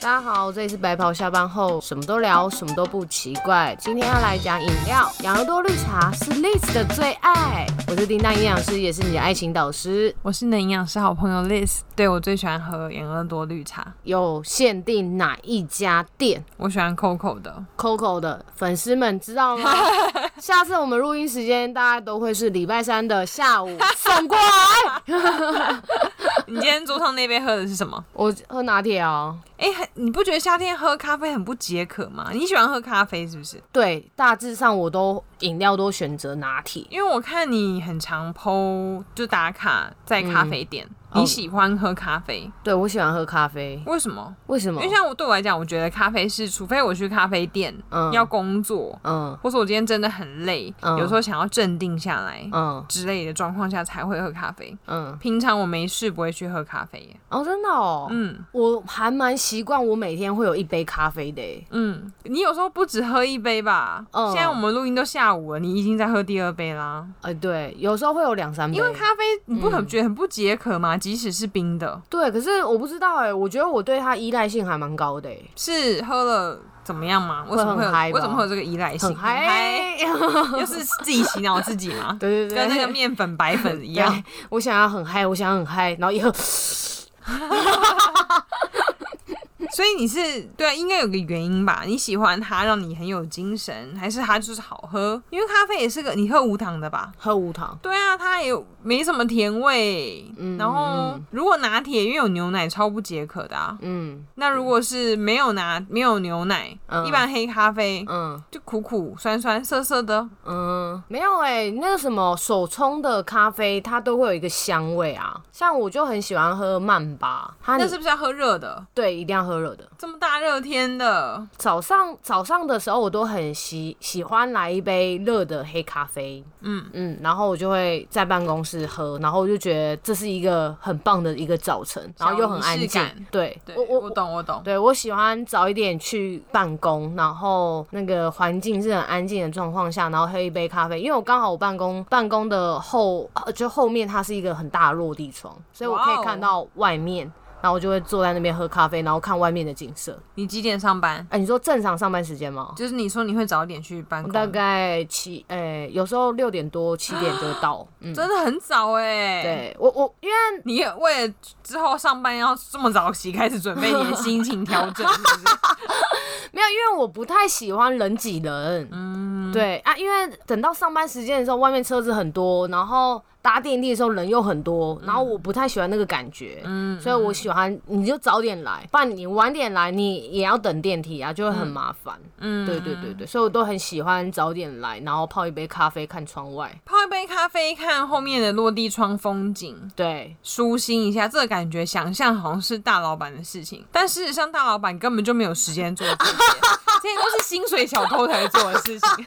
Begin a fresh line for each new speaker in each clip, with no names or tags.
大家好，这里是白袍下班后，什么都聊，什么都不奇怪。今天要来讲饮料，养乐多绿茶是 Liz 的最爱。我是叮当营养师，也是你的爱情导师。
我是你的营养师好朋友 Liz，对我最喜欢喝养乐多绿茶，
有限定哪一家店
我喜欢 COCO 的，
？Coco 的粉丝们知道吗？下次我们录音时间大概都会是礼拜三的下午，送过啊来。
你今天桌上那杯喝的是什么？
我喝拿铁哦。
哎、很你不觉得夏天喝咖啡很不解渴吗？你喜欢喝咖啡是不是？
对，大致上我都饮料都选择拿铁。
因为我看你很常 PO 就打卡在咖啡店，
嗯哦
你喜欢喝咖啡，
对我喜欢喝咖啡，
为什么？
为什么
因为？像我对我来讲，我觉得咖啡是，除非我去咖啡店、
嗯
要工作，
嗯
或是我今天真的很累，
嗯
有时候想要镇定下来、
嗯
之类的状况下才会喝咖啡。
嗯，
平常我没事不会去喝咖啡耶。
哦，真的哦，
嗯
我还蛮习惯我每天会有一杯咖啡的耶。
嗯，你有时候不止喝一杯吧？
嗯
现在我们录音都下午了，你已经在喝第二杯啦。
呃，对，嗯有时候会有两三杯
因。为咖啡你不很觉得很不解渴吗？即使是冰的，
对，可是我不知道哎，我觉得我对它依赖性还蛮高的欸耶，
是喝了怎么样吗？为什么会
很嗨
有
吧
为什么会有这个依赖性？
很嗨。？
很嗨， 又是自己洗脑自己 吗
对对
跟那个
对，
面粉白粉一样，
我想要很嗨，我想要很嗨，然后以后
所以你是对啊，应该有个原因吧？你喜欢它，让你很有精神，还是它就是好喝？因为咖啡也是个你喝无糖的吧？
喝无糖。
对啊，它也没什么甜味。
嗯
然后如果拿铁，因为有牛奶，超不解渴的啊。
嗯
那如果是没有拿没有牛奶，
嗯
一般黑咖啡
嗯
就苦苦酸酸涩涩的。
嗯，没有哎、那个什么手冲的咖啡，它都会有一个香味啊。像我就很喜欢喝曼巴，它
那是不是要喝热的？
对一定要喝热的。
这么大热天的，
早上早上的时候，我都很喜喜欢来一杯热的黑咖啡，
嗯
嗯，然后我就会在办公室喝，然后我就觉得这是一个很棒的一个早晨，然后又很安
仪式
静
感。
对，
对
我
我
我
我懂我懂。
对我喜欢早一点去办公，然后那个环境是很安静的状况下，然后喝一杯咖啡，因为我刚好我办公办公的后呃就后面它是一个很大的落地窗，所以我可
哇
以
哦
看到外面。然后我就会坐在那边喝咖啡，然后看外面的景色。
你几点上班？
哎、你说正常上班时间吗？
就是你说你会早点去办
我
公，
大概七，哎、有时候六点多七点就
啊
到。嗯，
真的很早哎、，
对我我因为
你也为了之后上班要这么早起开始准备你的心情调整，是不是？
没有，因为我不太喜欢人挤人。
嗯，
对啊，因为等到上班时间的时候，外面车子很多，然后搭电梯的时候人又很多，然后我不太喜欢那个感觉，
嗯
所以我喜欢你就早点来，不然你晚点来你也要等电梯啊，就会很麻烦。
嗯
对对对对，所以我都很喜欢早点来，然后泡一杯咖啡，看窗外。
泡一杯咖啡，看后面的落地窗风景，
对，
舒心一下。这个感觉，想象好像是大老板的事情，但事实上大老板根本就没有时间做 这些，这些都是薪水小偷才做的事情。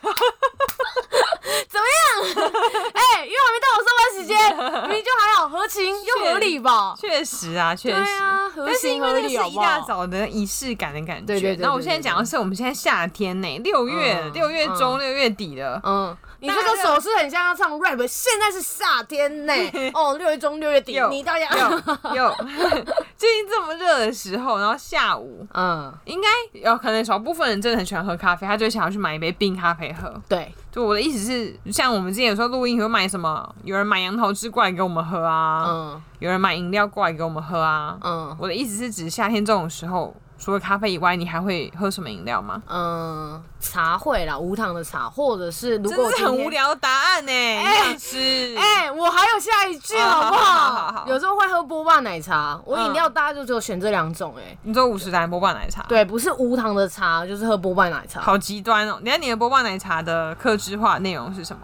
哎、因为还没到我上班 时间，明明就还好，合情又合理吧？
确实啊，确
对
实。
啊，合
但是
情
因为
合
那个
理
是
好
一
不
大
好？
早的仪式感的感觉。
对对对对
那我现在讲的是我们现在夏天呢、六月
嗯
六月中六月底了。
嗯，你这个手势很像要唱 rap，现在是夏天 呢，哦，六月中六月底
有，
你大家，
有有， 最近这么热的时候，然后下午
嗯，
应该有可能少部分人真的很喜欢喝咖啡，他就会想要去买一杯冰咖啡喝。
对，
就我的意思是，像我们之前有时候录音会买什么，有人买杨桃汁过来给我们喝啊，
嗯
有人买饮料过来给我们喝啊。
嗯
我的意思是指夏天这种时候，除了咖啡以外，你还会喝什么饮料吗？
嗯，茶会啦，无糖的茶，或者是如
真
果
的是很无
聊，
聊的答案呢、欸，
哎
是。
哎，我还有下一句
哦
好不
好好
好
好？
有时候会喝波霸奶茶，我饮
嗯
料大家就只有选这两种，哎，
你说五十兰波霸奶茶，，
对，啊不是无糖的茶就是喝波霸奶茶，
啊好极端哦。你看你的波霸奶茶的克制化内容是什么？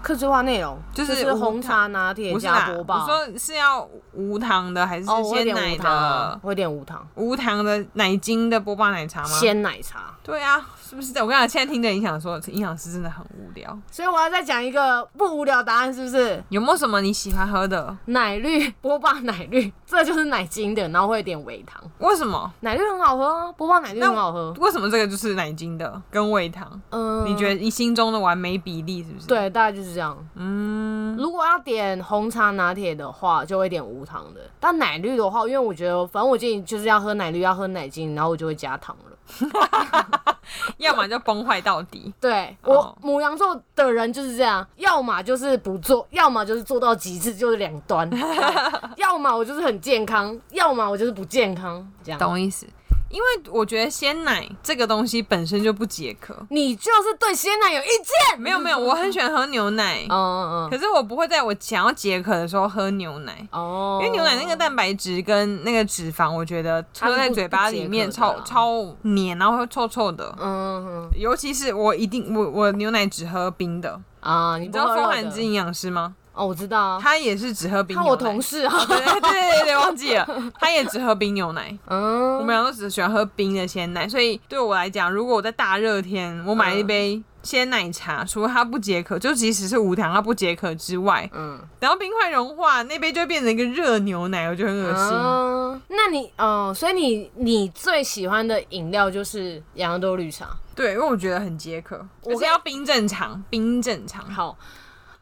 客制化内容
就是
是
无
红茶拿铁
不是
加
啦，
波
我
霸，
说是要无糖的还是
哦，我会
鲜
点
奶
无
的？
糖啊，我会点无糖
无糖的奶精的波霸奶茶吗？
鲜奶茶。
对啊，是不是？我跟你讲，现在听的影响说，营养师真的很无聊。
所以我要再讲一个不无聊答案，是不是？
有没有什么你喜欢喝的？
奶绿波霸奶绿， 这就是奶精的，然后会有点微糖。
为什么？
奶绿很好喝啊，波霸奶绿
那
很好喝。
为什么这个就是奶精的跟味糖？
嗯，
你觉得你心中的完美比例是不是？，
对，大概就是就是这样。嗯，如果要点红茶拿铁的话，就会点无糖的。但奶绿的话，因为我觉得反正我建议就是要喝奶绿，要喝奶精，然后我就会加糖了。
要么就崩坏到底。
对我、
哦
母羊座的人就是这样，要么就是不做，要么就是做到极致，就是两端。 对要么我就是很健康，要么我就是不健康，这样。
懂意思？因为我觉得鲜奶这个东西本身就不解渴。
你就是对鲜奶有意见？
没有没有，我很喜欢喝牛奶，
嗯嗯嗯，
可是我不会在我想要解渴的时候喝牛奶。
哦，
因为牛奶那个蛋白质跟那个脂肪，我觉得
它是
喝在
不
嘴巴里面
不解渴的
超
啦
超黏，然后会臭臭的。
嗯，嗯嗯
尤其是我一定我我牛奶只喝冰的，
啊，你
你
不
知道
喝
风
热
寒
的
之营养师吗？
哦，我知道啊，
他也是只喝冰
看
牛奶。
我同事啊，
对对对对对，忘记了，他也只喝冰牛奶。 我
嗯，
们俩都只喜欢喝冰的鲜奶，所以对我来讲，如果我在大热天，我
嗯
买一杯鲜奶茶，除了它不解渴，就即使是无糖它不解渴之外，
嗯，
等到冰块融化，那杯就会变成一个热牛奶，我就很恶心。
啊那你哦，所以你你最喜欢的饮料就是养乐多绿茶。
对，因为我觉得很解渴，
我
我是要冰正常，冰正常。
好，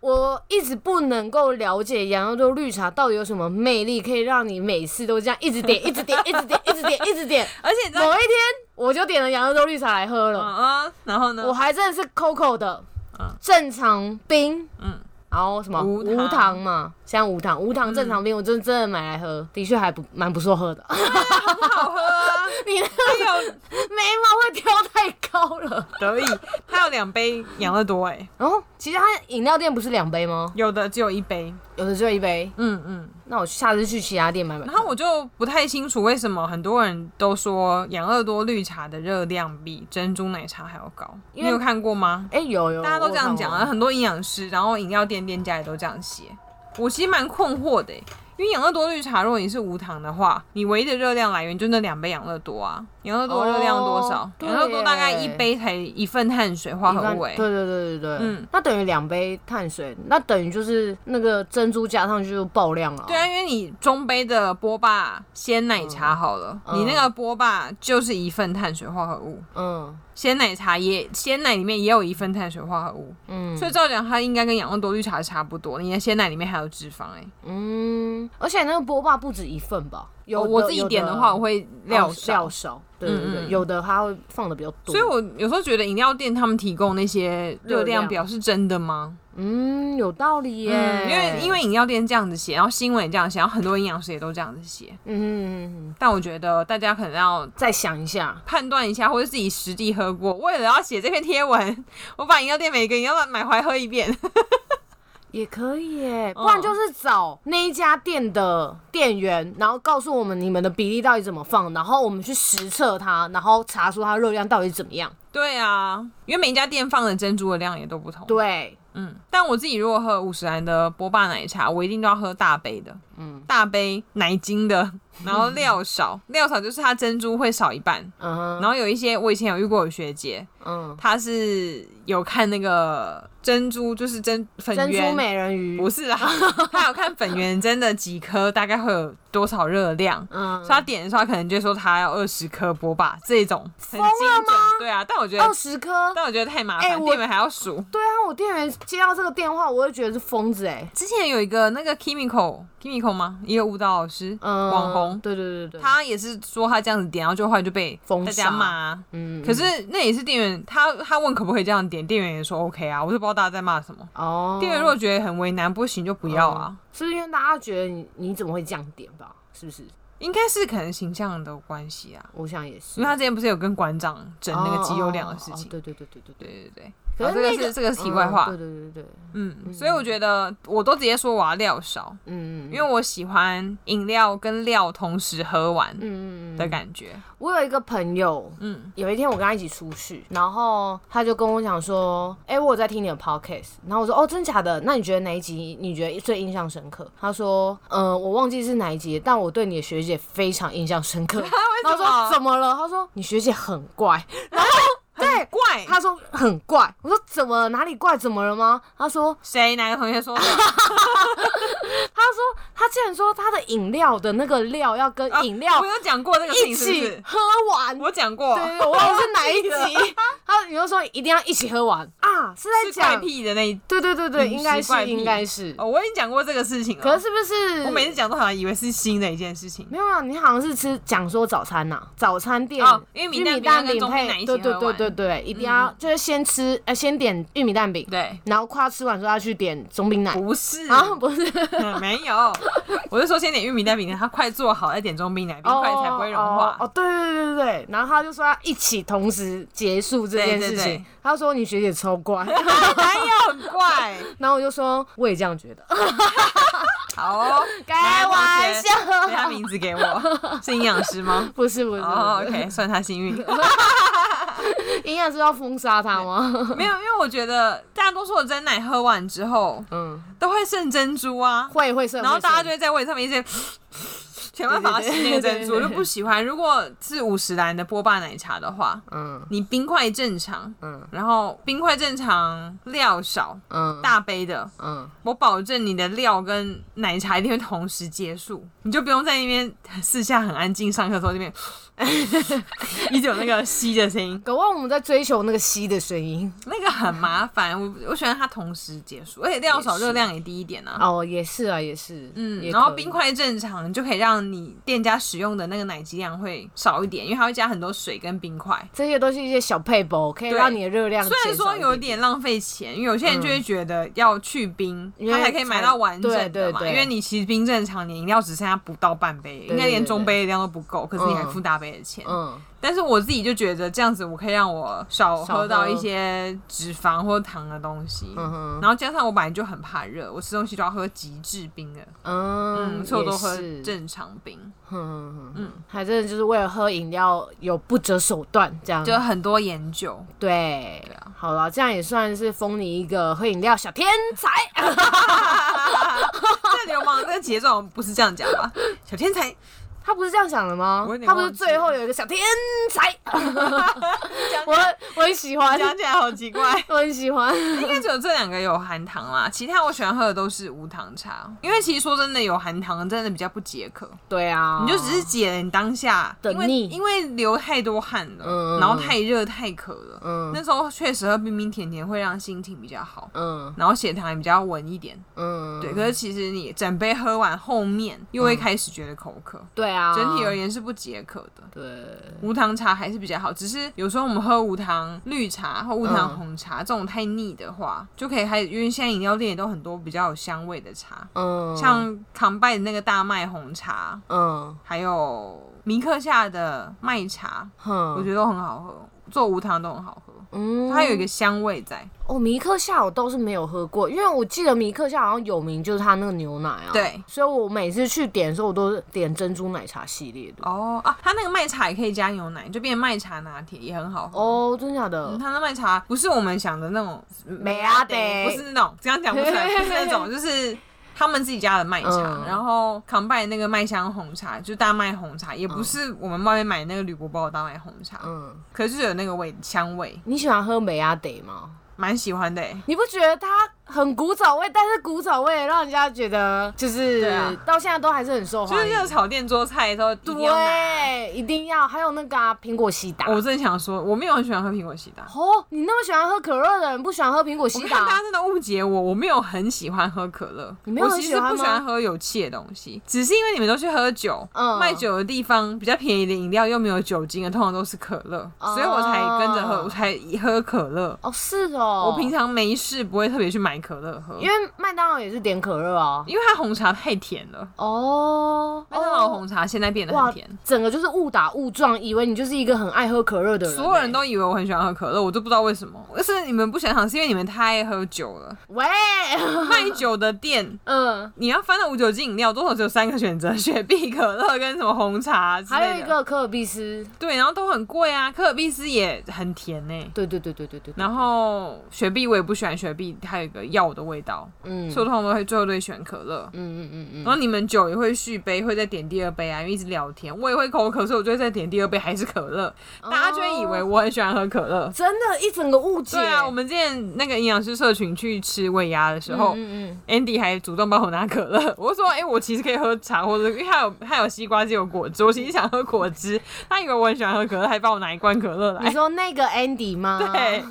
我一直不能够了解羊肉多绿茶到底有什么魅力，可以让你每次都这样一直点、一直点、一直点、一直点、一直点。
而且你知
某
道，
一天我就点了羊肉多绿茶来喝
嗯
了，
啊，然后呢？
我还真的是 Coco 的
嗯，
正常冰，嗯。
嗯
然后什么
无
无
糖嗯
糖嘛，像无糖无糖正常冰，我真的真的买来喝，的确还不蛮不错喝的。
很好喝啊，
你的
它有
眉毛会挑太高了。
得意，它有两杯养乐多，哎，
然后其实它饮料店不是两杯吗？
有的只有一杯，
有的只有一杯。
嗯嗯。
那我下次去其他店买买看。
然后我就不太清楚为什么很多人都说养乐多绿茶的热量比珍珠奶茶还要高，
因
你
为
有看过吗？
哎、有有，
大家都
我
这样讲
看
啊，
过
很多营养师，然后饮料店店家也都这样写。我其实蛮困惑的欸、因为养乐多绿茶，如果你是无糖的话，你唯一的热量来源就那两杯养乐多啊。养乐多热量多少
哦？对
养乐多大概
耶
一杯才一份碳水化
一
合
般
物、欸，
对对对对对，
嗯
那等于两杯碳水，那等于就是那个珍珠加上去就爆量了。
对啊，因为你中杯的波霸鲜奶茶好了，
嗯
你那个波霸就是一份碳水化合物，
嗯
鲜奶茶也鲜奶里面也有一份碳水化合物，
嗯
所以照讲它应该跟养乐多绿茶差不多。你的鲜奶里面还有脂肪哎、
嗯，而且那个波霸不止一份吧？有
我
的
自己
哦有
点的话，我会料
哦
少
料。少，对对对，
嗯嗯
有的它会放的比较多。
所以，我有时候觉得饮料店他们提供那些热
热
量
量
表是真的吗？
嗯，有道理耶，
嗯，因为因为饮料店这样子写，然后新闻也这样写，然后很多营养师也都这样子写。
嗯嗯嗯，嗯
但我觉得大家可能要
再想一下，
判断一下，或者自己实地喝过。为了要写这篇贴文，我把饮料店每个饮料买回来喝一遍。
也可以耶，
嗯
不然就是找那一家店的店员，然后告诉我们你们的比例到底怎么放，然后我们去实测它，然后查出它热量到底怎么样。
对啊，因为每一家店放的珍珠的量也都不同。
对，
嗯，但我自己如果喝五十兰的波霸奶茶，我一定都要喝大杯的，嗯，大杯奶精 的，然后料少，料少就是它珍珠会少一半。
嗯
然后有一些我以前有遇过有学姐，
嗯，
她是有看那个珍珠，就是珍粉
珍珠
圆
美人鱼
不，是啦，他有看粉圆真的几颗大概会有多少热量，
嗯
所以，他点的时候他可能就说他要二十颗波霸这种很精准，对啊，但我觉得
二十颗。
但我觉得太麻
哦哎
烦，
我
店员还要数。
对啊，我店员接到这个电话，我会觉得是疯子哎、
之前有一个那个 Kimiko Kimiko 吗？一个舞蹈老师，
嗯，
网红
对对对对，
他也是说他这样子点，然后就后来就被
封
大家
杀
骂啊。
嗯，
可是那也是店员，他他问可不可以这样点，店员也说 OK 啊，我就不知道大家在骂什么。
哦，
店员如果觉得很为难，不行就不要啊，
是不是因为大家觉得你你怎么会这样点吧？是不是？
应该是可能形象的关系啊。
我想也是，
因为他之前不是有跟馆长争那个肌肉量的事
哦哦哦
情，
对对对对对对。
对对对
可
好这
是
个
那
是这个是题外话
嗯对对对对，
嗯，所以我觉得我都直接说我要料少，
嗯，
因为我喜欢饮料跟料同时喝完
嗯嗯嗯，
的感觉，
我有一个朋友，
嗯
有一天我跟他一起出去，然后他就跟我讲说：“哎、我有在听你的 podcast。”然后我说：“哦，真假的？那你觉得哪一集你觉得最印象深刻？”他说：“呃，我忘记是哪一集，但我对你的学姐非常印象深 刻。”然后
什么
我说：“怎么了？”他说：“你学姐很 怪。”然后对。
怪
他说很怪，我说怎么了哪里怪？怎么了吗？他说
谁哪个同学说的？
他说他竟然说他的饮料的那个料要跟
啊
饮料
我有讲过这个事
一
情是不
起
是？
喝完。
我讲过，
对对对，我忘了是哪一
忘记
集。 他你就说一定要一起喝 完啊，是在
是怪
讲
癖的那一
对对对对，
饮
应
食
该是
怪癖
应该是。
哦，我已经讲过这个事情了。
可是是不是？
我每次讲都好像以为是新的一件事情。
没有啊，你好像是吃讲说早餐呐、早餐店、
哦玉米蛋饼
蛋
跟
饼
中配奶
配，
一起
对对
喝
对
完
对对，一定要、就是先吃，呃，先点玉米蛋饼，
对，
然后夸吃完之后要去点中冰奶，
不是，
啊，不是，
嗯没有，我是说先点玉米蛋饼，它快做好，再点中冰奶冰
哦
块才不会融
哦哦
化。
对对对对对，然后他就说要一起同时结束这件
对对
事情，
对
他说你学姐超 乖，
男友哎很怪，
然后我就说我也这样觉 得，
好哦，
开玩笑
给他名字给我，是营养师吗？
不是不是，
哦
不是
，OK，算他幸运。
营养师要封杀他吗？
没有，因为我觉得大多数的真奶喝完之后
嗯，
都会剩珍珠啊，
会会是，
然后
会
大家
剩
就会在胃上面一直 想办法要吸那个珍
对
珠，
对对对
我就不喜欢。如果是五十兰的波霸奶茶的话，
嗯
你冰块正常，
嗯
然后冰块正常，料少，
嗯
大杯的，
嗯，
我保证你的料跟奶茶一定会同时结束，你就不用在那边私下很安静上课的时候这边 一直有那个吸的声音，
搞忘我们在追求那个吸的声音。
那个很麻烦。我我喜欢它同时结束，而且料少，
也是
热量也低一点啊。
哦，也是啊，也是，
嗯，
也
然后
可以
冰块正常，就可以让你店家使用的那个奶基量会少一点，因为它会加很多水跟冰块。
这些都是一些小配博，可以
对
让你的热量
虽然
减少
说
一
有
点，
点浪费钱，因为有些人就会觉得要去冰，
因为
他才可以买到完整的嘛。
对对对
因为你其实冰正常，你饮料只剩下不到半杯，
对
应该连中杯的量都不够，可是你还
嗯
付大杯的钱。
嗯，
但是我自己就觉得这样子，我可以让我少
少喝
喝到一些脂肪或糖的东西。
嗯哼
然后加上我本来就很怕热，我吃东西就要喝极致冰的，
嗯，
嗯，所以我都
也
喝
是
正常冰，
嗯嗯嗯
嗯，
还真的就是为了喝饮料有不择手段这样，
就很多研究。
对，好了，这样也算是封你一个喝饮料小天才，
这流氓这个节奏不是这样讲吧？小天才
他不是这样想的吗
我有？点
他不是
忘记
最后有一个小天才，
讲
我我很喜欢，
讲起来好奇怪。
我很喜欢，
应该只有这两个有含糖啦，其他我喜欢喝的都是无糖茶，因为其实说真的，有含糖的真的比较不解渴，
对啊，
你就只是解了你当下，
的
因为
腻
因为流太多汗
嗯
了，然后太热太渴了，
嗯
那时候确实喝冰冰甜甜会让心情比较好。
嗯
然后血糖也比较稳一点，
嗯，
对。可是其实你整杯喝完，后面又会开始觉得口渴，
对啊，
整体而言是不解渴的。
对。
无糖茶还是比较好，只是有时候我们喝无糖绿茶或无
嗯
糖红茶、这种太腻的话，就可以还因为现在饮料店也都很多比较有香味的茶，
嗯，
像康拜的那个大麦红茶，
嗯
还有尼克夏的麦茶，我
哼，
觉得都很好喝，做无糖都很好喝，
嗯，
它有一个香味在。
哦，米克夏我倒是没有喝过，因为我记得米克夏好像有名就是它那个牛奶啊，
对，
所以我每次去点的时候，我都是点珍珠奶茶系列的。
哦啊，它那个麦茶也可以加牛奶，就变麦茶拿铁也很好喝。
哦，真假的
嗯，？它的麦茶不是我们想的那种
美拉德
不是那种这样讲不出来，不是 那种，就是他们自己家的麦茶。
嗯
然后康拜那个麦香红茶，就大麦红茶，也不是我们外面买那个铝箔包的大麦红茶，
嗯，
可是有那个味香味，
你喜欢喝美亚得吗？
蛮喜欢的、欸。
你不觉得它很古早味？但是古早味让人家觉得就是、
对啊
到现在都还是很受
就是
欢
那个
迎。
炒店桌菜的时候一定要拿。
对，一定要，还有那个啊苹、果西达。
我真的想说，我没有很喜欢喝苹果西达。
哦，你那么喜欢喝可乐的人，不喜欢喝苹果
我
西
看大
达
家？真的误解我，我没有很喜欢喝可乐，
你没有
我
很
其
喜
实
欢吗
不喜欢喝有气的东西，只是因为你们都去喝酒，
嗯
卖酒的地方比较便宜的饮料又没有酒精的，通常都是可乐，
哦
所以我才跟着喝，我才喝可乐。
哦，是哦，
我平常没事不会特别去买可乐喝，
因为麦当劳也是点可乐啊。
因为它红茶太甜了，
哦，
麦当劳红茶现在变得
哇
很甜。，
整个就是误打误撞，以为你就是一个很爱喝可乐的人欸、
所有人都以为我很喜欢喝可乐，我就不知道为什么。但是你们不想想，是因为你们太爱喝酒 了。
喂，
卖酒的店，
嗯，
你要翻到无酒精饮料，多少只有三个选择：雪碧、可乐跟什么红茶之类的
还有一个可尔必斯，
对，然后都很贵啊。可尔必斯也很甜呢、
对对对对对对，
然后雪碧我也不喜欢雪碧，还有一个药的味道，
嗯
所以我通常都会最后都会选可乐。
嗯嗯嗯
然后你们酒也会续杯，会再点第二杯啊，因为一直聊天，我也会口渴，所以我就会再点第二杯还是可乐，
嗯，
大家就会以为
哦
我很喜欢喝可乐。
真的，一整个误解。
对啊，我们之前那个营养师社群去吃胃鸭的时候、
嗯嗯
a n d y 还主动帮我拿可乐，我就说，哎、我其实可以喝茶，或者因为他有他有西瓜汁有果汁，我其实想喝果汁，他以为我很喜欢喝可乐，还帮我拿一罐可乐
嗯，你
来。
说那个 Andy 吗？
对，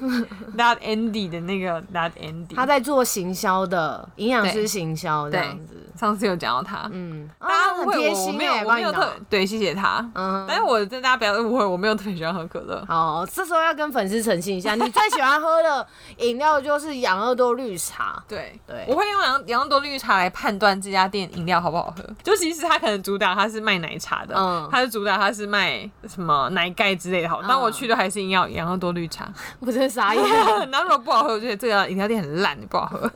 ，That Andy 的那个 That Andy，
他在做行销的，营养师
对
行销这
对
样子。
上次有讲到他，
嗯，
大家
啊
误
很
会
贴
我，我
心
没有
欸
我
帮
没
你
有特
拿。
对，谢谢他。
嗯，
但是我真的大家不要误会，我没有特别喜欢喝可乐。
好，这时候要跟粉丝澄清一下，你最喜欢喝的饮料就是养乐多绿茶。
对
对
我会用养养乐多绿茶来判断这家店饮料好不好喝。就其实它可能主打它是卖奶茶的，
嗯
它是主打它是卖什么奶盖之类的好，但我去的还是饮料养乐多 绿茶。
我真的傻眼，
然后如果不好喝，我就觉得这家饮料店很烂，不好 喝。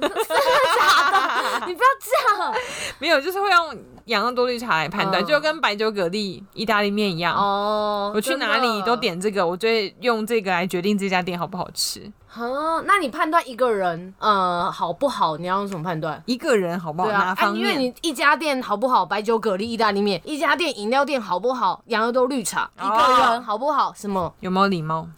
你不要这样。
没有，就是会用养乐多绿茶来判断，
嗯
就跟白酒蛤蜊、意大利面一样。
哦，
我去哪里都点这个，我就会用这个来决定这家店好不好吃。
啊。那你判断一个人呃好不好，你要用什么判断？
一个人好不好？
对
哪
啊，啊
方
因为
面？
你一家店好不好，白酒、蛤蜊、意大利面；一家店饮料店好不好，羊肉都绿茶；一个
哦
人好不好，什么
有没有礼貌？
嗯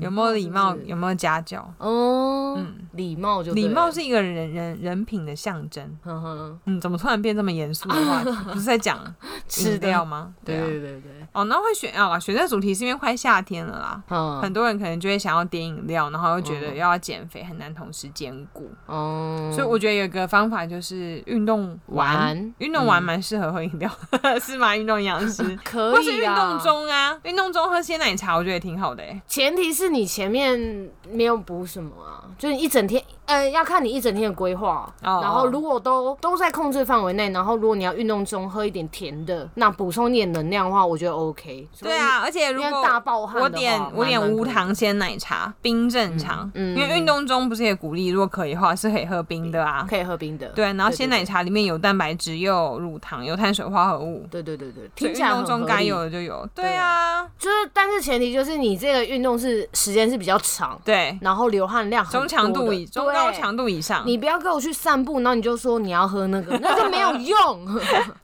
有没有礼貌？有没有家教？
哦，
嗯
礼貌就对
礼
了
貌，是一个人人人品的象征。
哼哼，
嗯，怎么突然变这么严肃的 话题？不是在讲
吃
饮
的
料吗？
对
对啊。
嗯对对对，
哦，那会选啊，选这主题是因为快夏天了啦。
嗯
很多人可能就会想要点饮料，然后又觉得要减肥很难同时兼顾，
哦，
所以我觉得有一个方法就是运动
玩嗯
完，运动完蛮适合喝饮料， 是吗？运动营养师，
可
或是
以
运动
啊。
中啊，运动中喝鲜奶茶，我觉得也挺好的、欸。
前提是你前面没有补什么啊，就是一整天，呃，要看你一整天的规划。
哦
然后如果都都在控制范围内，然后如果你要运动中喝一点甜的，那补充一点能量的话，我觉得 OK。
对，啊，而且如
因为
果
大爆汗的话
我点我点无糖鲜奶茶，冰镇茶，
嗯嗯
因为运动中不是也鼓励，如果可以的话是可以喝冰的啊。
可以喝冰的。
对，然后鲜奶茶里面有蛋白质，又有乳糖，有碳水化合物，
对对对对，
所
听
以运
起来
动
很
中
合
该
理
有的就有。对啊，
就是，但是前提就是你这个运动是时间是比较长，
对，
然后流汗嗯量很
中强
多
度
的
以中高。
对
强度以上，
你不要跟我去散步，然后你就说你要喝那个，那就没有 用。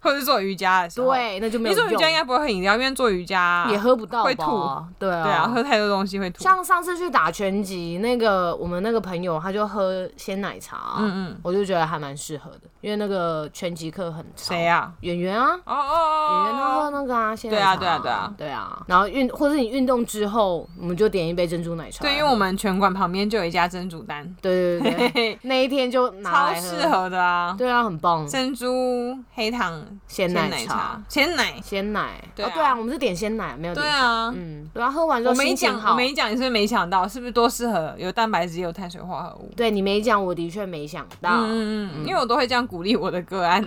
或者是做瑜伽的时候，，
对，那就没
你
有
做
用。
瑜伽应该不会喝饮料，因为做瑜伽
也喝不到吧？
会吐
对啊，
对啊，喝太多东西会吐。
像上次去打拳击，那个我们那个朋友他就喝鲜奶茶，
嗯嗯，
我就觉得还蛮适合的，因为那个拳击课很长。
谁？呀？
圆圆啊，
哦
演员他喝
哦哦，
那个啊，鲜奶
对
茶
啊对啊对啊
对啊。然后运，或是你运动之后，我们就点一杯珍珠奶茶。
对，因为我们拳馆旁边就有一家珍珠丹，
对对对
嘿
对，
嘿
那一天就拿
超
来喝
适。合的啊！
对啊，很棒，
珍珠黑糖
鲜
鲜
奶
奶茶、鲜奶，
鲜奶。
对啊
哦对啊，我们是点鲜奶，没有点
对。啊。
嗯，对啊，喝完之
我
后
没
心情
讲，我
好。
没讲，你是不是没想到？是不是多适合？有蛋白质，也有碳水化合物。
对你没讲，我的确没想到。
嗯嗯嗯，因为我都会这样鼓励我的个案。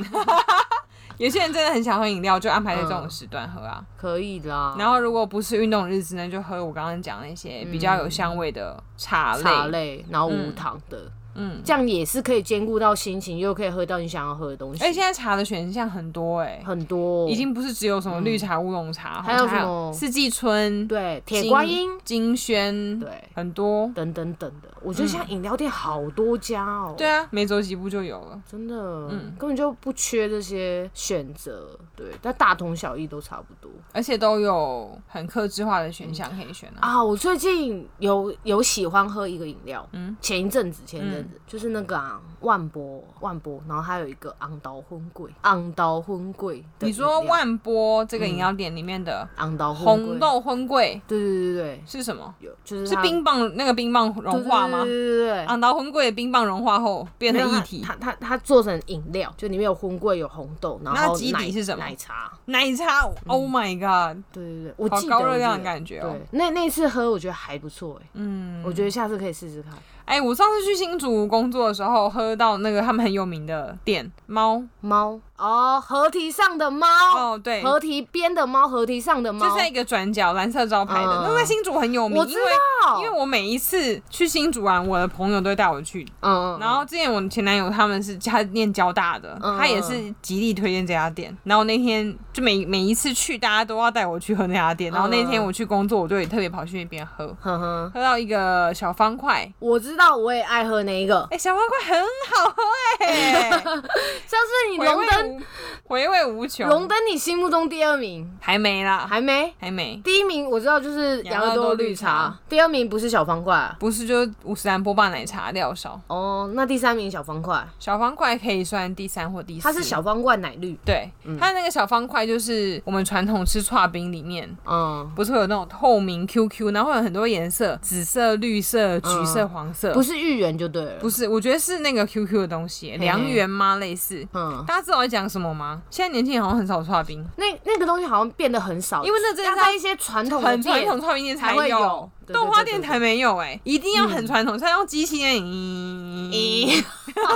有些人真的很想喝饮料，就安排在
嗯
这种时段喝啊。
可以啦。
然后如果不是运动日子呢，就喝我刚刚讲那些比较有香味的茶类。
嗯茶类，然后无糖的，
嗯，
这样也是可以兼顾到心情，又可以喝到你想要喝的东西
而，哎且现在茶的选项很多哎、
很多嗯
已经不是只有什么绿茶、乌龙茶，
还有什么
四季春、
对铁
金
观音、
金萱，
对
很多。
等等等的，我觉得现在饮料店好多家哦、
嗯对啊，嗯没走几步就有了。
真的，根本就不缺这些选择，对，但大同小异都差不多
而且都有很克制化的选项可以选啊。
啊。我最近有有喜欢喝一个饮料，嗯，前一阵子，前一阵
嗯
子、就是那个啊，万波万波，然后还有一个昂刀荤桂，昂刀荤桂的饮料，
你说万波这个饮料店里面的
昂刀荤桂
红，豆荤桂
对对对对，
是什么？
有就是
是
它
冰棒那个冰棒融化吗
啊
啊
对？对对对对。
昂达荤桂的冰棒融化后变
没有
成液
它
体，
它它它做成饮料，就里面有荤桂，有红豆，然
那
后
基底
奶
是什么
奶茶，
奶茶，Oh
嗯
my god，
对对对，我
好
记得
高热量
我
的
记得
感觉哦
对。，那那次喝我觉得还不错哎、
嗯，
我觉得下次可以试试看。
哎，我上次去新竹工作的时候，喝到那个他们很有名的店猫，
猫哦，河堤上的猫，
哦对，
河堤边的猫，河堤上的猫，
就在一个转角蓝色招牌的，
嗯
那在新竹很有名，
我
因
知
为
道，
因为我每一次去新竹玩，我的朋友都会带我去。
嗯，嗯
然后之前我前男友他们是他念交大的，
嗯
他也是极力推荐这家店。然后那天就每每一次去，大家都要带我去喝那家
嗯
店。然后那天我去工作，我就也特别跑去那边喝，
哼哼，
喝到一个小方块，
我知道，我也爱喝那一个
哎、，小方块很好喝哎、
像是你
回
龙
味
灯，
无回味无穷。
龙灯你心目中第二名
还没啦，还
还没，
还没，
第一名我知道就是
羊
羊耳
耳
朵
朵
绿
绿
茶
茶，
第二名不是小方块啊、
不是就是五十兰波霸奶茶料少，
哦，那第三名小方块，
小方块可以算第三或第四。
它是小嗯方块奶绿，
对，它那个小方块就是我们传统吃串冰里面。
嗯，
不是会有那种透明 QQ，然后会有很多颜色，紫色、绿色、橘色、黄
嗯
色。
不是芋圆就对了，
不是，我觉得是那个 QQ 的东西，良缘吗？类似。
嗯，
大家知道我在讲什么吗？现在年轻人好像很少刷冰，
那那个东西好像变得很少，
因为那真
要
的
在
在
一些传统的
很传统
店，
串冰店
才
才
会有
有，
对对
豆花
对对
店
对
才没有哎、一定要很传统，才用机器那种咦
咦，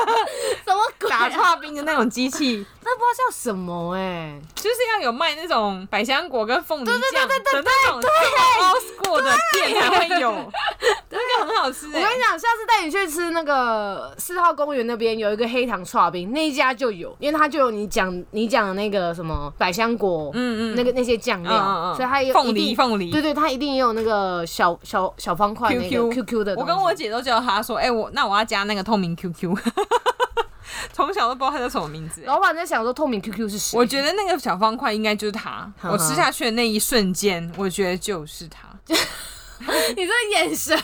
什么鬼、
打
啊？
串冰的那种机器，
那不知道叫什么哎、
就是要有卖那种百香果跟凤梨酱
对对对对
的那种 old school 的店才会有，那个很好吃
我
哎、
跟你讲，下次带你去吃那个四号公园那边有一个黑糖串冰，那一家就有，因为它就有你讲你讲的那个什么百香果，
嗯嗯
那个那些酱料，
嗯嗯嗯
所以它也有
凤
一定
梨凤梨
对对，它一定也有那个小小小方块那个
QQ
QQ 的东
我
西。
跟我姐都叫她说，哎、我那我要加那个透明 QQ，从小都不知道它叫什么名字、哎
老板在想说透明 QQ 是谁？
我觉得那个小方块应该就是它，
呵呵
我吃下去的那一瞬间，我觉得就是它，
你这眼神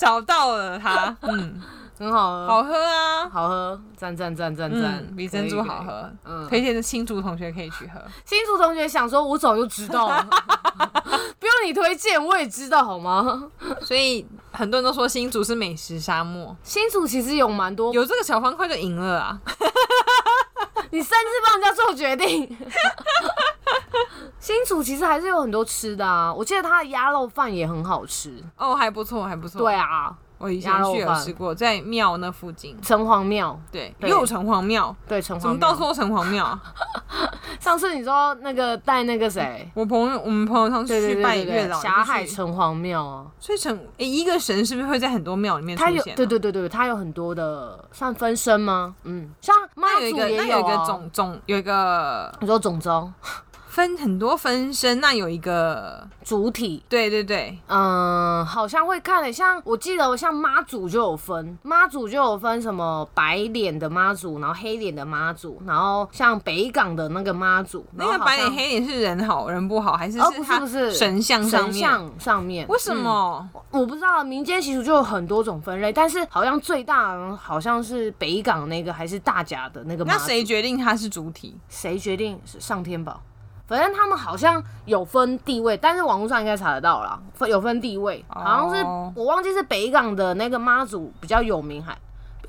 找到了 它，嗯，
很好喝，
好喝啊，
好喝，赞赞赞赞赞，
嗯，比珍珠好
可以。可以
喝，
嗯
推荐新竹同学可以去喝。
新竹同学想说，我早就知道 了，不用你推荐，我也知道好吗？
所以很多人都说新竹是美食沙漠，
新竹其实有蛮多，
有这个小方块就赢了啊！
你擅自帮人家做决定。 新竹其实还是有很多吃的啊，我记得它的鸭肉饭也很好吃。
哦，还不错，还不错。
对，啊，
我以前
鸭肉
去有
饭
吃过，在庙那附近。
城隍庙，
对，
对
右城隍庙，
对城
怎
隍
么到
庙
处。都城隍庙啊？
上次你说那个带那个谁，
我朋友，我们朋友上
对
次
对
去
对
拜
对
月
对
老，
霞海
就去
城隍庙啊，
所以城诶一个神是不是会在很多庙里面出
它
现
有
啊？
对对对对，它有很多的算分身吗？嗯，像妈祖
那有一个，那
也
有一
啊
个，总总有一个
你说哦总宗
分很多分身，那有一个，
主体，
对对对，
嗯，好像会看的，像我记得，像妈祖就有分，妈祖就有分什么白脸的妈祖，然后黑脸的妈祖，然后像北港的那个妈祖，
那个
然后好
白
像
脸黑脸是人好人不好，还是
哦不是
他
不是
神像上
神
面？
像上面，嗯
为什么？
我不知道，民间习俗就有很多种分类，但是好像最大好像是北港那个还是大甲的那个妈
那
祖，
谁决定他是主体？
谁决定是上天宝？反正他们好像有分地位，但是网络上应该查得到啦，分有分地位，
哦
好像是我忘记是北港的那个妈祖比较有名还。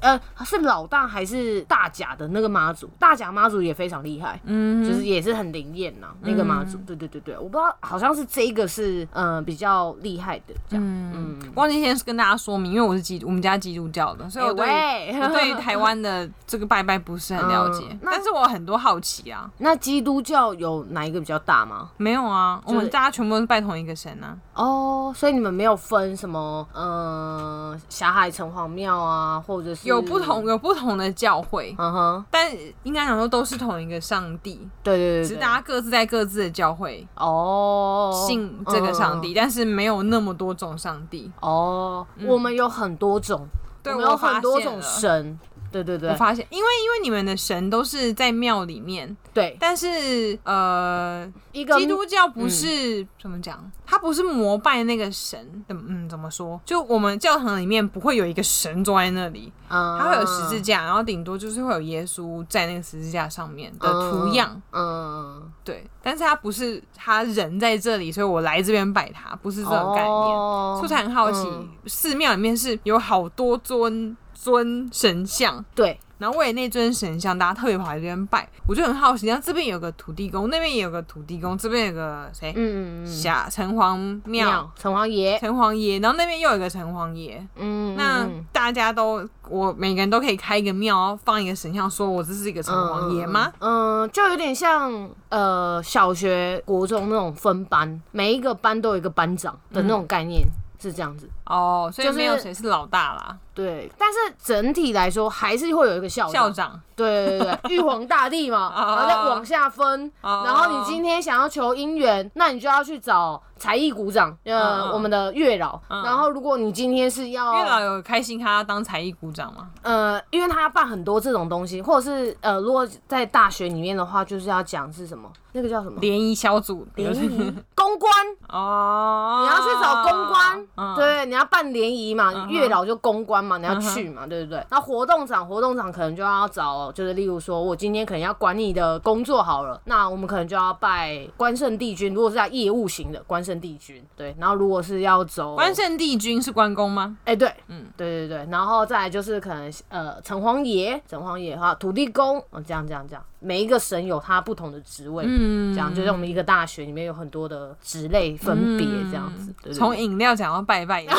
呃，是老大还是大甲的那个妈祖？大甲妈祖也非常厉害，
嗯，
就是也是很灵验呐。那个妈祖，对对对对，我不知道，好像是这一个是呃比较厉害的这
嗯
样。
忘记先跟大家说明，因为我是基我们家基督教的，所以
哎
我对、
喂，
我对台湾的这个拜拜不是很了解，
嗯那
但是我有很多好奇啊。
那基督教有哪一个比较大吗？
没有啊，
是
我们大家全部都是拜同一个神啊。
哦，所以你们没有分什么，呃，霞海城隍庙啊，或者是
有不同，有不同的教会，
嗯哼，
但应该讲说都是同一个上帝，
对对对
只
对，
是大家各自在各自的教会
哦
信这个上帝，
嗯
但是没有那么多种上帝。
哦，我们有很多种，
对
我
我
们有
发
很多
现
种
了
神，对对
我
对，
发现，因为因为你们的神都是在庙里面，
对
但是呃，
一个
基督教不是、
嗯
怎么讲，它不是膜拜那个神的，嗯，怎么说？就我们教堂里面不会有一个神坐在那里，
嗯，
它会有十字架，然后顶多就是会有耶稣在那个十字架上面的图样，
嗯，
对。但是它不是他人在这里，所以我来这边拜他，不是
这
这种概念。
哦
所以我才很好奇，
嗯
寺庙里面是有好多尊尊神像，
对，
然后为了那尊神像，大家特别跑来这边拜，我就很好奇，像这边有个土地公，那边也有个土地公，这边有个谁？
嗯嗯嗯，
霞城隍庙，
庙城隍爷，
城隍爷，然后那边又有一个城隍爷。
嗯，
那
嗯
大家都，我每个人都可以开一个庙，然后放一个神像，说我这是一个城隍爷吗？？
嗯，嗯就有点像呃小学、国中那种分班，每一个班都有一个班长的那种概念。是这样子。
哦，所以
就是
没有谁是老大啦，
对，但是整体来说还是会有一个校
校
长，
长。啊
对对对对，玉皇大帝 嘛，然后再往下分，
哦
然后你今天想要求姻缘，那你就要去找才艺鼓掌，
嗯
呃，
嗯
我们的月老。
嗯
然后如果你今天是
月
要，
老有开心他当才艺鼓掌吗？
呃，因为他办很多这种东西，或者是呃，如果在大学里面的话，就是要讲是什么，那个叫什么
联谊小组，比如
联
说
谊公关，
哦，
你要去找公关，
嗯，
对，你要办联谊嘛
嗯，哼嗯
月老就公关嘛，你要去嘛，对不对？那活动场，活动场可能就要找，就是例如说，我今天可能要管你的工作好了，那我们可能就要拜关圣帝君，如果是在业务型的关圣帝君，对，然后如果是要走
关，圣帝君是关公吗？
哎，对，
嗯
嗯，对对对，然后再来就是可能呃城隍爷，城隍爷的话，土地公，哦，这样这样这样，每一个神有他不同的职位。
嗯，嗯
这样就像我们一个大学里面有很多的职类分别这样子，对对对
从饮料讲到拜拜也 是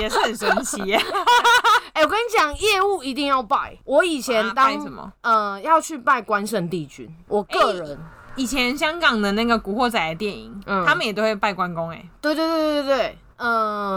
也是很神奇耶。
哎、我跟你讲，业务一定要拜。我以前
啊
当、
拜什么？哎
呃，要去拜关圣帝君。我个人，
以前香港的那个《古惑仔》的电影，
嗯
他们也都会拜关公，哎，
对对对对对对，嗯、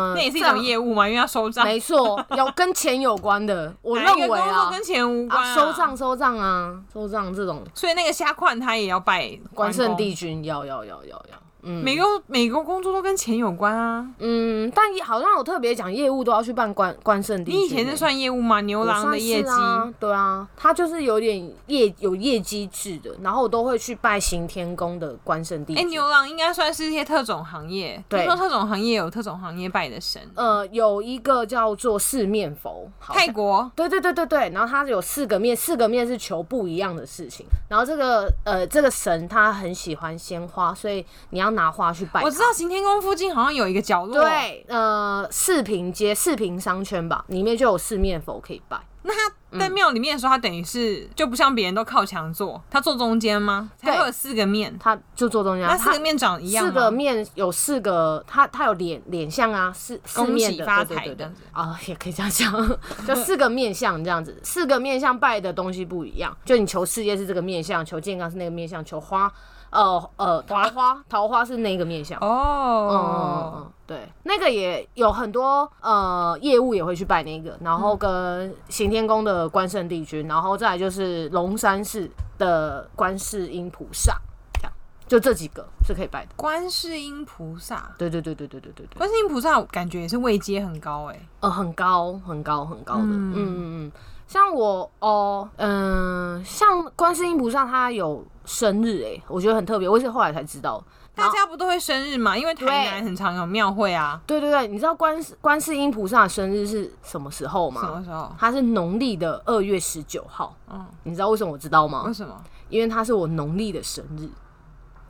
呃，
那也是一
这样
种业务嘛，因为要收账。
没错，有跟钱有关的，我
哪
认
一个
为
工作
啊
跟，钱无关啊
啊，收账，收账啊，收账这种
所以那个虾款他也要拜
关圣
公
帝。君，要要要要要，嗯
每个每个工作都跟钱有关啊。
嗯，但也好像有特别讲，业务都要去办关关圣帝君欸。
你以前是算业务吗？牛
我
郎的
算
业绩
是啊，对啊，他就是有点业有业绩制的，然后我都会去拜行天宫的关圣帝
哎、
君。
牛郎应该算是一些特种行业，听
对
说特种行业有特种行业拜的神。
呃，有一个叫做四面佛，好
泰国
对对对对对，然后它有四个面，四个面是求不一样的事情。然后这个呃，这个神他很喜欢鲜花，所以你要拿花去拜
我知
他。
道行天宫附近好像有一个角落，，
对，呃，四平街、四平商圈吧，里面就有四面佛可以拜。
那
嗯
他在庙里面的时候，他等于是就不像别人都靠墙坐，他坐中间吗？
对
才会有四个面，
他就做中间啊，
那四
他
个面长一样吗？
四个面有四个，他他有脸脸相啊，四四
恭
面
喜
的，
发
对
财
对对
这
对
样子
啊、也可以这样讲， 就四个面相这样子， 四个面相拜的东西不一样，就你求事业是这个面相，求健康是那个面相，求花，呃呃桃花桃花是那个面相。嗯嗯嗯
哦，
嗯，对，那个也有很多呃业务也会去拜那个，然后跟行天宫的关圣帝君，然后再来就是龙山寺的观世音菩萨，这样就这几个是可以拜的。
观世音菩萨，
对对对对对对对对。
观世音菩萨我感觉也是位阶很高哎、
呃，很高，很高，很高的。
嗯
嗯嗯嗯，像我哦，嗯、像观世音菩萨他有生日哎、我觉得很特别，我也是后来才知道。然
大
后
家不都会生日嘛？因为台南很常有庙会啊。
对对对，你知道观世观世音菩萨的生日是什么时候
什么
吗？
时候？
他是农历的二月十九号，
嗯，
你知道为什么我知道吗
为？什么？
因为他是我农历的生日，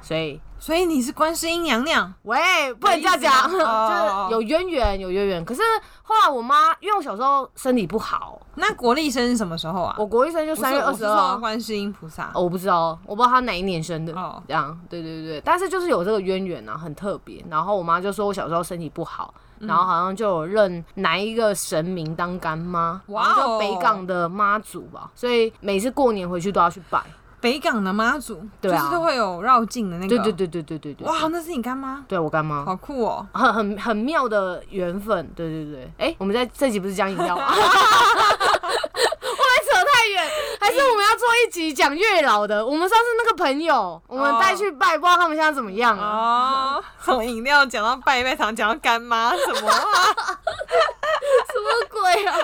所以
所以你是观世音娘娘
喂，不能这样讲，
有意思吗哦
就是有渊源，有渊源。可是后来我妈，因为我小时候身体不好，
那国历生是什么时候啊？
我国一生就
不是
三月
我
二
是
十
说
二啊，
观世音菩萨。
哦，我不知道，我不知道他哪一年生的。
哦，
这样，对对对，但是就是有这个渊源啊，很特别。然后我妈就说我小时候身体不好，
嗯
然后好像就有认哪一个神明当干妈，
哇
然后就
哦
北港的妈祖吧，所以每次过年回去都要去拜。
北港的妈祖，
对啊
就是都会有绕境的那个。啊
对对对对对对对，
哇，那是你干妈，
对我干妈。
好酷哦！
很很很妙的缘分，对对对。哎、我们在这集不是讲饮料 吗？会不会扯太远？还是我们要做一集讲月老的？我们上次那个朋友，我们带去拜，不知道他们现在怎么样啊？
哦，从饮料讲到拜拜堂，讲到 干妈什么啊？
什么鬼啊？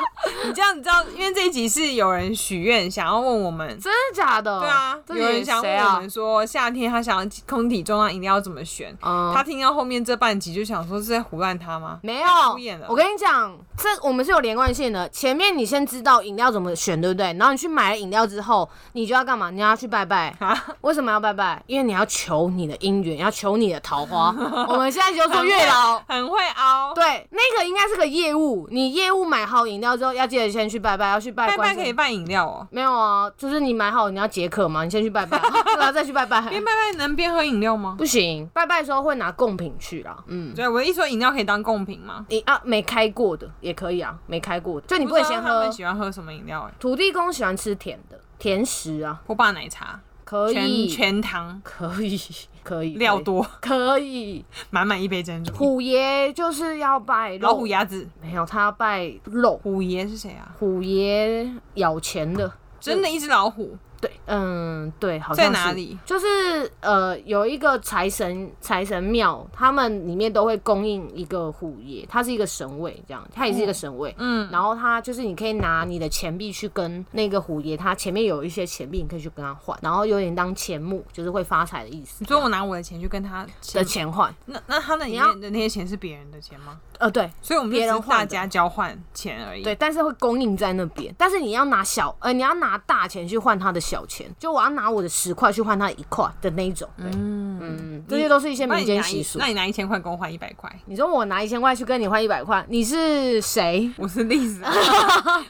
你这样你知道，因为这一集是有人许愿想要问我们，
真的假的？
对啊，
这
有
里
人想
谁
问我
啊
们？说夏天他想要空体重量饮料要怎么选，
嗯
他听到后面这半集就想说是在胡乱他吗？
没
敷衍
有
了，
我跟你讲，这我们是有连贯性的。前面你先知道饮料怎么选，对不对？然后你去买了饮料之后，你就要干嘛？你要去拜 拜。为什么要拜拜？因为你要求你的姻缘，要求你的桃花。我们现在就做月 老。
很会凹，
对，啊那个应该是个业务。你业务买好饮料之后，要记得先去拜拜，要去拜
拜
关
拜
圣
可以拜饮料哦，
没有啊，就是你买好你要解渴嘛，你先去拜拜， 然后再去拜 拜。
边拜拜能边喝饮料吗？
不行，拜拜的时候会拿贡品去啦。嗯，
对，我的意思说饮料可以当贡品吗？
你啊没开过的也可以啊，没开过的，就你不能
知道
先
他
喝
们。喜欢喝什么饮料、欸？
土地公喜欢吃甜的，甜食啊，
波霸奶茶，
可
全
以，
全糖
可以， 可以，
料多，
可以。
满满一杯珍珠。
虎爷就是要拜肉
老虎，牙子，
没有，他要拜肉。
虎爷是谁啊？
虎爷咬钱的，
真的一只老虎
对，嗯，对，好像
在
是
哪？里？
就是呃，有一个财神财神庙，他们里面都会供应一个虎爷，它是一个神位，这样，它也是一个神位。
嗯，
然后它就是你可以拿你的钱币去跟那个虎爷，他前面有一些钱币，你可以去跟他换，然后有点当钱目，就是会发财的意思
你说我拿我的钱去跟他
的钱换。
那那他那里
你要
面的那些钱是别人的钱吗？
呃，对
所以我们就
别人
只是
换
大
的
家交换钱而已。
对，但是会供应在那边，但是你要拿小呃，你要拿大钱去换他的小钱，就我要拿我的十块去换他一块的那一种。对
嗯，
嗯，这些都是一些
那
民
你
间
拿
习
一
俗
那。你拿一千块跟我换一百块，
你说我拿一千块去跟你换一百块，你是谁？
我是例 子，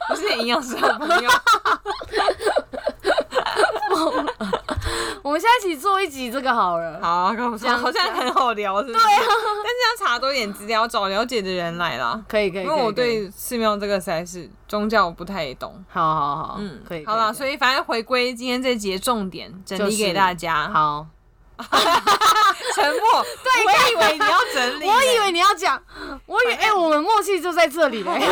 不是营养师的朋友。
我们下一起做一集这个好了。
好，跟我说
样
好像很好聊，是不是？对啊，但是要查多一点资料，找了解的人来啦。
可以可以，
因
可
为
以可以
我，对寺庙这个实在是宗教不太懂。
好好好，
嗯，
可以，
好啦，所
以
以反正回归今天这集的重点，整
就
理
是
给大家。，
好，
沉 默。对，我以为你要整理，
我以为你要讲，我以为哎、我们默契就在这里嘞。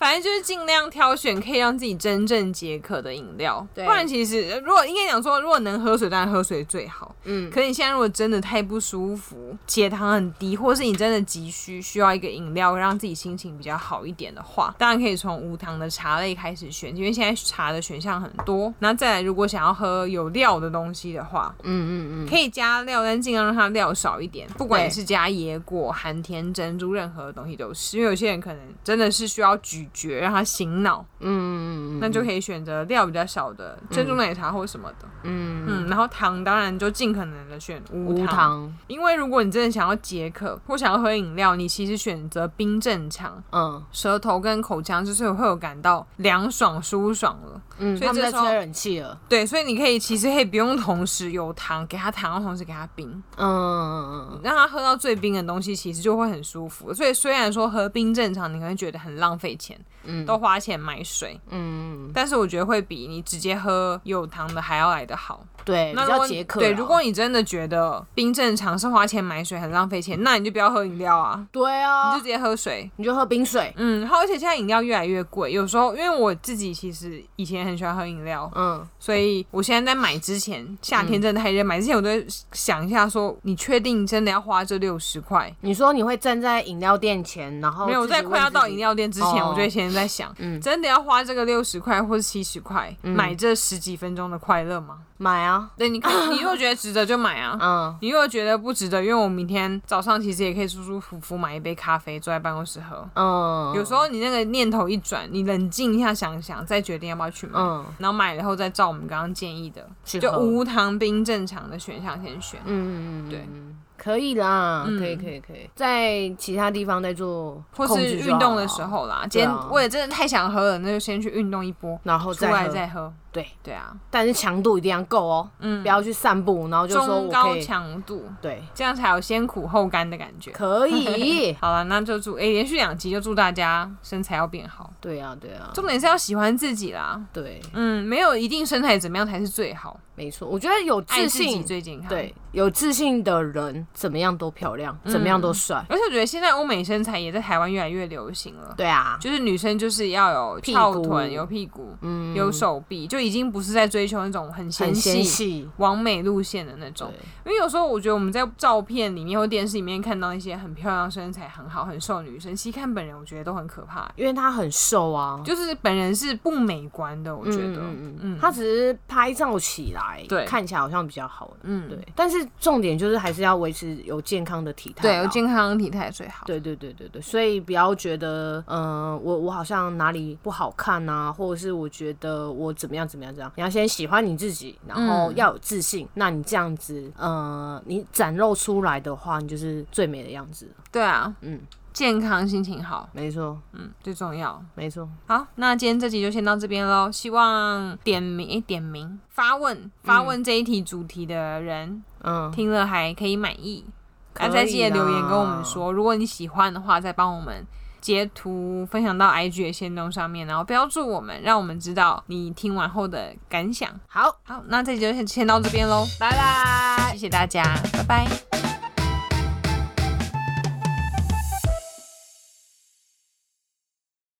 反正就是尽量挑选可以让自己真正解渴的饮料，不
对
然其实呃如果应该讲说，如果能喝水，当然喝水最好。
嗯，
可你现在如果真的太不舒服，血糖很低，或是你真的急需需要一个饮料让自己心情比较好一点的话，当然可以从无糖的茶类开始选，因为现在茶的选项很多。那再来，如果想要喝有料的东西的话，
嗯嗯嗯，
可以加料，但尽量让它料少一点。不管
对
你是加椰果、寒天珍珠，任何东西都是。因为有些人可能真的是需要咀嚼，让它醒脑，
嗯嗯嗯，
那就可以选择料比较少的珍珠奶茶或什么的。
嗯
嗯，然后糖当然就尽可能的选无
无糖，
因为如果你真的想要解渴或想要喝饮料，你其实选择冰镇茶。
嗯
舌头跟口腔就是会有感到凉爽舒爽了，
嗯，
所以
他们在
这时候
吹冷气了。
对，所以你可以其实可以不用同时有糖，给它糖，然后同时给它冰，
嗯嗯嗯
让他喝到最冰的东西，其实就会很舒服。所以虽然说喝冰正常，你可能会觉得很浪费钱，
嗯
都花钱买水，
嗯，嗯
但是我觉得会比你直接喝有糖的还要来得好。
对，
那
欸比
如
较
果
解渴啦。哦
对，如果你真的觉得冰正常是花钱买水很浪费钱，那你就不要喝饮料啊，
对
你
啊
就直，接喝水。
你就喝冰水。
嗯，好，而且现在饮料越来越贵，有时候因为我自己其实以前很喜欢喝饮料，
嗯，
所以我现在在买之前，夏天真的太热，买之前我都会想一下说，你确定真的要花这六十块？
你说你会站在饮料店前，然后
没有，
哦自己
在快要
问自
到
己
饮，料店之前，
哦
我就会先在想，
嗯
真的要花这个六十块或是七十块买这十几分钟的快乐吗？
买啊，
对，你看，你如果觉得值得就买啊，
嗯，
你如果觉得不值得，因为我明天早上其实也可以舒舒服服买一杯咖啡，坐在办公室喝。
嗯，
有时候你那个念头一转，你冷静一下想想，再决定要不要去买。
嗯
然后买了后再照我们刚刚建议的，
去
就
喝
无糖冰正常的选项先选。
嗯，
对，
可以啦，
嗯
可以可以可以，在其他地方再做
或
控
是
制就
运
好
动
了
的时，候啦，今天
对啊
我也真的太想喝了，那就先去运动一波，
然后
出
再
来
喝
再喝。
对，
对啊，
但是强度一定要够哦，
嗯
不，要去散步，然后就说
中
我
高
可以，
强度，
对，
这样才有先苦后甘的感觉。，
可以
好了，那就祝诶、连续两集就祝大家身材要变好，
对啊对啊，
重点是要喜欢自己啦。
对，
嗯，没有一定身材怎么样才是最好，
没错，我觉得有
爱
自
自己
信，
最健康。，
对，有自信的人怎么样都漂亮，
嗯
怎么样都帅，
而且我觉得现在欧美身材也在台湾越来越流行了。
对啊，
就是女生就是要有
屁
翘
股
臀、有屁股、
嗯，
有手臂，就已经不是在追求那种很纤
很纤
细、
细，
完美路线的那
对
种。，因为有时候我觉得我们在照片里面或电视里面看到一些很漂亮、身材很好、很瘦的女生，其实看本人我觉得都很可怕，
因为他很瘦啊，
就是本人是不美观的。我觉得，
嗯
嗯
他只是拍照起来，
对
看起来好像比较好。
嗯
对，但是重点就是还是要维持有健康的体态
对，
啦。
有健康体态最好。
对对对对对，所以不要觉得，嗯、我我好像哪里不好看啊，或者是我觉得我怎么样怎么样这样。你要先喜欢你自己，然后
嗯
要有自信。那你这样子，呃，你展露出来的话，你就是最美的样子。
对啊，
嗯，
健康心情好，
没错，
嗯，最重要。
没错。
好，那今天这集就先到这边喽。希望点名诶、点名发问发问这一题主题的人、
嗯，
听了还可以满意，那
可
再
以
记得留言
啦
跟我们说，如果你喜欢的话，再帮我们截图分享到 IG 的线动上面，然后标注我们，让我们知道你听完后的感想。
好，
好，那这集就先先到这边喽，
拜拜。
谢谢大家，拜拜。